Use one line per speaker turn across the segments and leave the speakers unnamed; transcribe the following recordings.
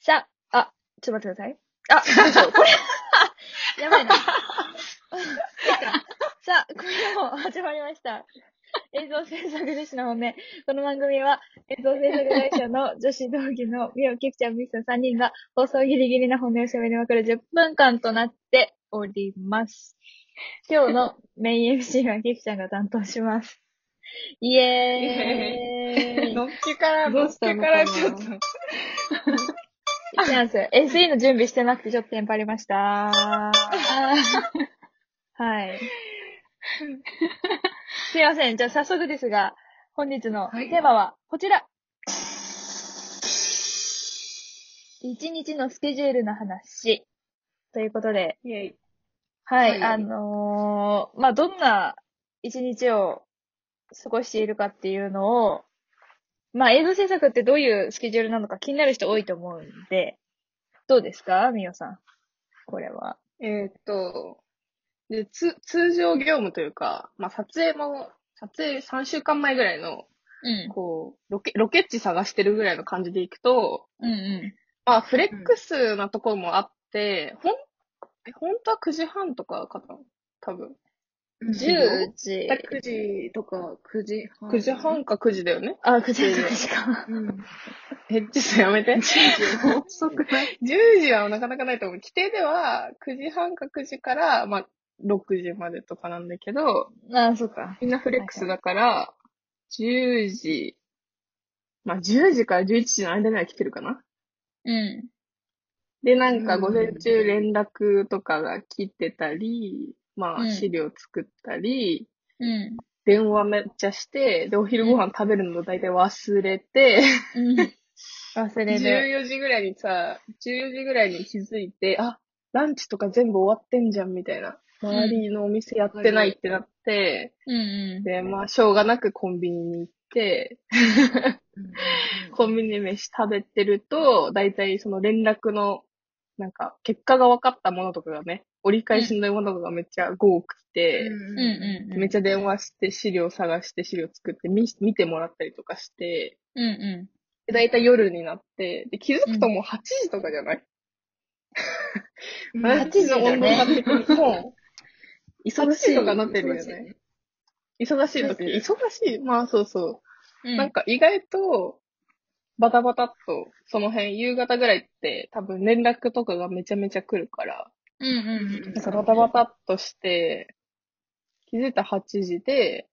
さあ、あ、ちょっと待ってください。あ、どうしようこれ、やばいな。 さあ、これも始まりました。映像制作女子の本音。この番組は映像制作会社の女子同義のみお、きくちゃん、みきさん3人が放送ギリギリな本音を喋りまくる10分間となっております。今日のメイン MC はきくちゃんが担当します。イエーイ
のっけから、
ど
の
う
っ
した
け
の
か
かな
らちょっと。
そうなんですよ。SE の準備してなくてちょっとテンパりました。はい。すいません。じゃあ早速ですが、本日の
はい
テーマはこちら。一日のスケジュールの話。ということで、
イェイ。
はい、
はい
あのーまあ、どんな一日を過ごしているかっていうのを、まあ、映像制作ってどういうスケジュールなのか気になる人多いと思うんで、どうですかみよさん。これは。
えーっと、で、つ、通常業務というか、まあ、撮影も、撮影3週間前ぐらいの、
うん。
こう、ロケ、ロケ地探してるぐらいの感じでいくと、
うんう
まあ、フレックスなところもあって、ほん、え、本当は9時半とかかな多分。
ん。10時。
9時とか9時半。
9時半か9時だよね。
あ、9時ですか。
うん。
え、ちょっとやめて。
遅くない
10時はなかなかないと思う。規定では9時半か9時から、まあ、6時までとかなんだけど、
あ、そうか。
みんなフレックスだから、10時、まあ、10時から11時の間には来てるかな。
うん。
で、なんか
うん
午前中連絡とかが来てたり、ま
う
あ、
ん
資料作ったり、
うん。
電話めっちゃして、で、お昼ご飯食べるの大体忘れて、
うん。忘れる。
14時ぐらいにさ、14時ぐらいに気づいて、あ、ランチとか全部終わってんじゃん、みたいな。
うん
周りのお店やってないってなって、
うんうん。
で、まあ、しょうがなくコンビニに行って、コンビニで飯食べてると、だいたいその連絡の、なんか、結果が分かったものとかがね、折り返しのものとかがめっちゃ多くて、
うんうんうん。
めっちゃ電話して資料探して資料作って見見てもらったりとかして、
うんう
で、だいたい夜になって、で、気づくともう8時とかじゃない、
うん
8時だね
もう、忙しいとかなってるよ
忙しいね
ね。忙しい時、忙しい。まあそうそ
ん。う
う。
ん。
なんか意外と、バタバタっと、その辺、夕方ぐらいって多分連絡とかがめちゃめちゃ来るから、
うんうんうん
なんかバタバタっとして、気づいたら8時で、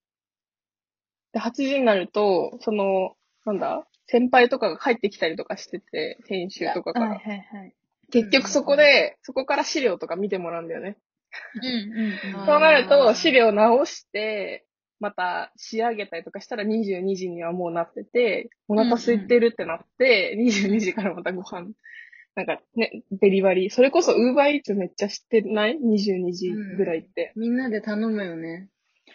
で、8時になると、その、なんだ先輩とかが帰ってきたりとかしてて、編集とかか
はい
ら。
はいはい。
結局そこで、そこから資料とか見てもらうんだよね。
うんうんうん。
そうなる
あ
と、
ー
資料直して、また仕上げたりとかしたら22時にはもうなってて、お腹空いてるってなって、22時からまたご飯、なんかね、デリバリー。それこそ Uber Eats めっちゃ知ってない ?22 時ぐらいって。
みんなで頼むよね。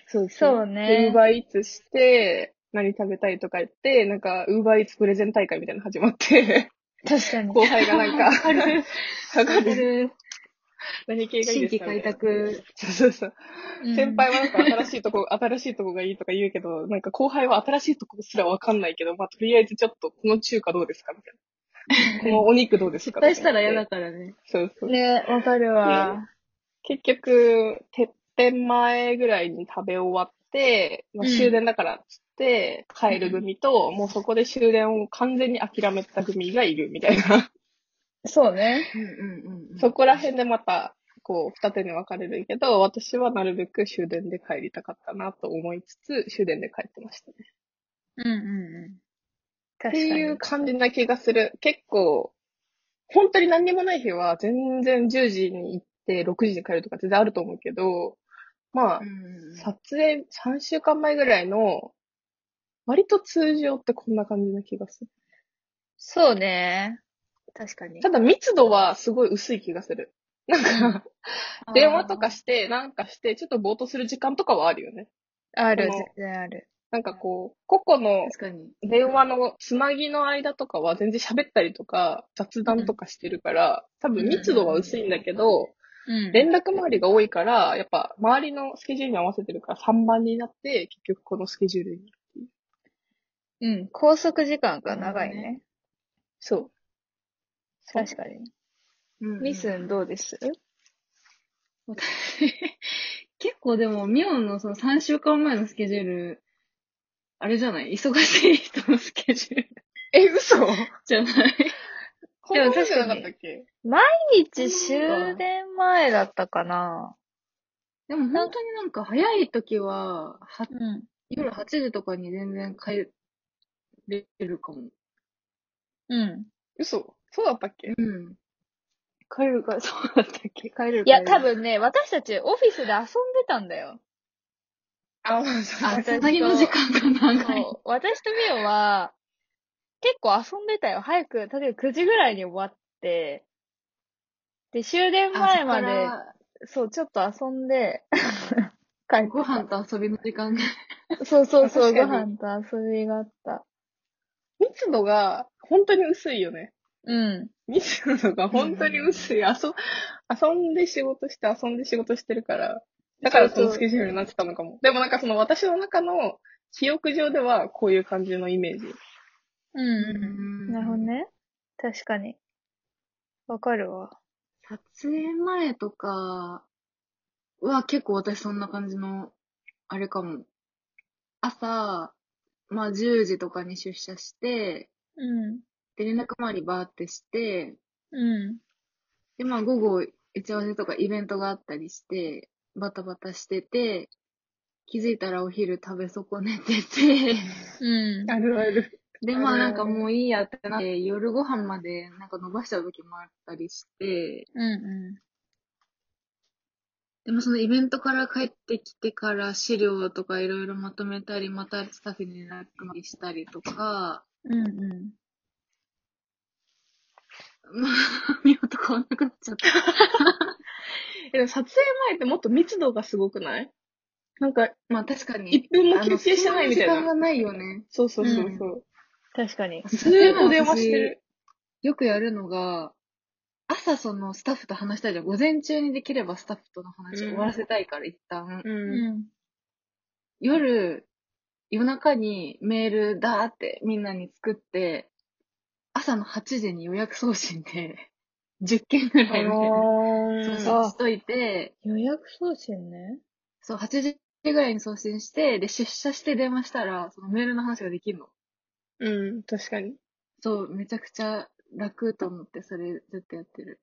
そう
そう
で
ね。
Uber Eats して、何食べたいとか言って、なんか Uber Eats プレゼン大会みたいなの始まって、
確かに。
後輩がなんか、わか る
る。
何系がいいで
新
すか
規開。拓。
そうそうそう。
うん
先輩はなんか新しいとこ、新しいとこがいいとか言うけど、なんか後輩は新しいとこすらわかんないけど、まあとりあえずちょっとこの中華どうですかみたいな。このお肉どうです か
失敗したら嫌
な
だからね。
そうそう。
ね、わかるわ。
結局、てっぺん前ぐらいに食べ終わって、まあ、
うん
終電だからっつって、帰る組と、もうそこで終電を完全に諦めた組がいるみたいな。
そうね。
うんうんうん。
そこら辺でまた、こう、二手に分かれるけど、私はなるべく終電で帰りたかったなと思いつつ、終電で帰ってました。
うんうんうん。
っ
確
ていう感じな気がする。結構、本当に何にもない日は全然10時に行って6時に帰るとか全然あると思うけど、まあ
う、ん
撮影3週間前ぐらいの、割と通常ってこんな感じな気がする。
そうね。確かに
た。だ密度はすごい薄い気がする。なんか、電話とかして、なんかして、ちょっとぼーっとする時間とかはあるよね。
ある、
この
全然ある。
なんかこう、個々の
確かに。
電話のつなぎの間とかは全然喋ったりとか雑談とかしてるから、多分密度は薄いんだけど、
うん。
連絡周りが多いから、やっぱ周りのスケジュールに合わせてるから3番になって、結局このスケジュールに。
うん。拘束時間が長いね。
そう。そう
確かに。
うん
ミスンどうです
私 結構でも、ミオンのその3週間前のスケジュール、あれじゃない忙しい人のスケジュー ル
え、嘘
じゃない
こんなことじゃなかったっけ
毎日終電前だったかな
でも本当になんか早い時は、は
うん。
夜8時とかに全然帰れるかも。
うん。
嘘そうだったっけ
うん。帰れるか、そうだったっけ帰れる
いや、多
分。
分ね、私たちオフィスで遊んでたんだよ。
あ、そう
あ、
だ。
つなぎの時間が長い。
そう。私とミオは、結構遊んでたよ。早く、例えば9時ぐらいに終わって、で、終電前ま
あ
で、そう、ちょっと遊んで、帰
そこからご飯と遊びの時間が。
って。そうそうそう、
確
ご
かに
飯と遊びがあった。
密度が本当に薄いよね。
うん。
密度が本当に薄い。遊、遊んで仕事して、遊んで仕事してるから。だからそのスケジュールになってたのかも。でもなんかその私の中の記憶上ではこういう感じのイメージ。
うなるほど
ね。
ね。確かに。わかるわ。
撮影前とかは結構私そんな感じの、あれかも。朝、まあ10時とかに出社して、
うん。
で連絡回りバーってして、
うん。
で、まあ、午後、打ち合わせとかイベントがあったりして、バタバタしてて、気づいたらお昼食べ損ねてて、
うん。
あるある。
で、まあ、なんかもういいやってなって、夜ご飯までなんか伸ばしちゃう時もあったりして、
うん。
でもそのイベントから帰ってきてから資料とかいろいろまとめたり、またスタッフに連絡回りしたりとか、
うん。うん。
まあ、見事変わんなくなっちゃった。
えでも撮影前ってもっと密度がすごくないなんか、
まあ、確かに。
1分も
あ
休
の
憩してないみたい
そん時
な。
間がないよね。
そうそうそうそう。
確かに。
ずーっと電話してる。
よくやるのが、朝そのスタッフと話したいじゃん。午前中にできればスタッフとの話を終わらせたいから、一旦。
う。
うんん。
夜、夜中にメールだーってみんなに作って、朝の8時に予約送信で、10件ぐらいの
あ
送
ー
信しといて、
予約送信ね。
そう、8時ぐらいに送信して、で、出社して電話したら、そのメールの話ができるの。
うん、確かに。
そう、めちゃくちゃ楽と思って、それずっとやってる。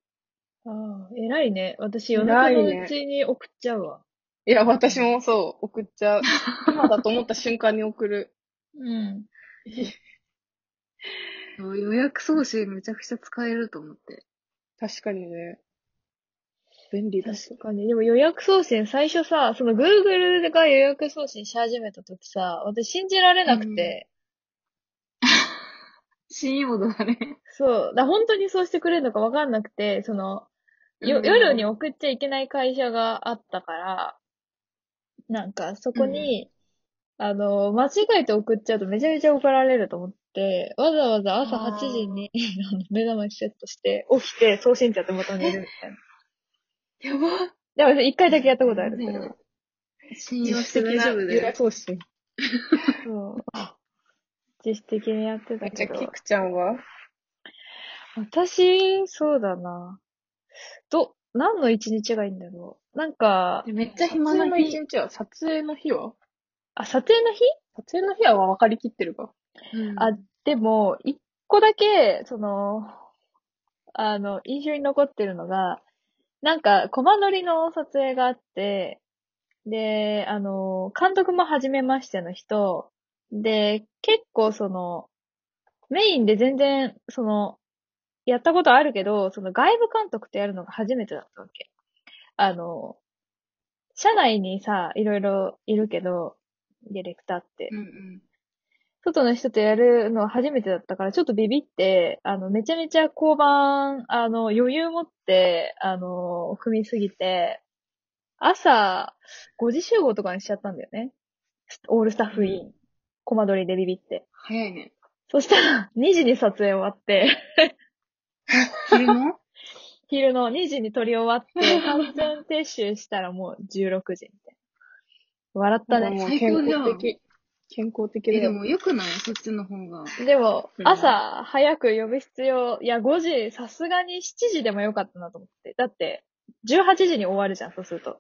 ああ、偉いね。私夜中
偉いね
のうちに送っちゃうわ。
いや、私もそう、送っち ゃう。今だと思った瞬間に送る。
うん。
そう予約送信めちゃくちゃ使えると思って。
確かにね。便利だし。
確かに。でも予約送信、最初さ、その Google が予約送信し始めた時さ、私信じられなくて、
新用語だね。
そう、だ本当にそうしてくれるのかわかんなくて、その、よ、夜に送っちゃいけない会社があったから、なんかそこに、あの、間違えて送っちゃうとめちゃめちゃ怒られると思って、わざわざ朝8時に あの目覚ましセットして、起きて送信ちゃってまた寝るみたいな。
やば
でも一回だけやったことあるけど。
ね信用して大丈夫
予
だよ
約。送信。
そう。自主的にやってた
じ
け
ゃあ、
ど
キ。クちゃんは
私、そうだな。ど、何の一日がいいんだろう。なんか、
めっちゃ
撮
暇
影
な
の一
日。
日は撮影の日は
あ、撮影の日
撮影の日は分かりきってるか。
うん
あ、でも、一個だけ、その、あの、印象に残ってるのが、なんか、コマ撮りの撮影があって、で、あの、監督も初めましての人、で、結構その、メインで全然、その、やったことあるけど、その外部監督とやるのが初めてだったわけ。あの、社内にさ、いろいろいるけど、ディレクターって
う。んうん。
外の人とやるのは初めてだったから、ちょっとビビって、あの、めちゃめちゃ交番、あの、余裕持って、あの、組みすぎて、朝、5時集合とかにしちゃったんだよね。オールスタッフイン。コマ撮りでビビって。
早いね。
そしたら、2時に撮影終わって、
昼の
昼の2時に撮り終わって、完全撤収したらもう16時みたいな。笑ったね。
もう
最高じゃ
健
ん
康的。健康的
え、
だ
で
よ。
も良くないそっちの方が。
でも、
うん
朝早く呼ぶ必要、いや、5時、さすがに7時でもよかったなと思って。だって、18時に終わるじゃん、そうすると。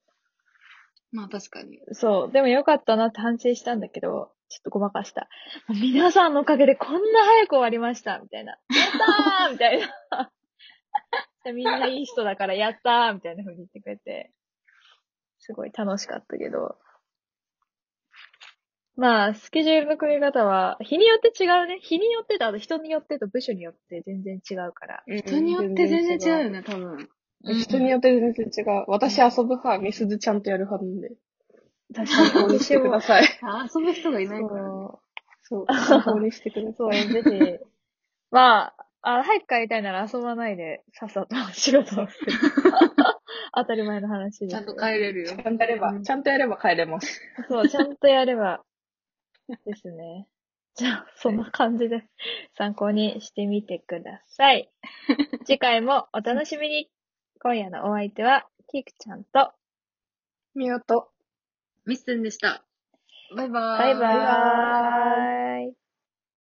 まあ確かに。
そう。でもよかったなって反省したんだけど、ちょっとごまかした。もう皆さんのおかげでこんな早く終わりました、みたいな。やったーみたいな。でみんないい人だからやったーみたいな風に言ってくれて、すごい楽しかったけど。まあ、スケジュールの組み方は、日によって違うね。日によってと、あと人によってと部署によって全然違うから。
人によって全然違うよね、多
う
分。
ん
人によって全然違う。私遊ぶ派、みすずちゃんとやる派なんで。
確
参考にしてください。
あ遊ぶ人がいないからね。
そう。参考にしてください。
そう、ぜひ。まあ、あ、早く帰りたいなら遊ばないで、さっさと仕事をす る。当たり前の話です。
ちゃんと帰れるよ。
ちゃんとやれば、ちゃんとやれば帰れます。
そう、ちゃんとやれば、ですね。じゃあ、そんな感じで、参考にしてみてくださ い。次回もお楽しみに。今夜のお相手は、キクちゃんと、
みよと。
ミステンでした。バイバーイ。
バイバーイ。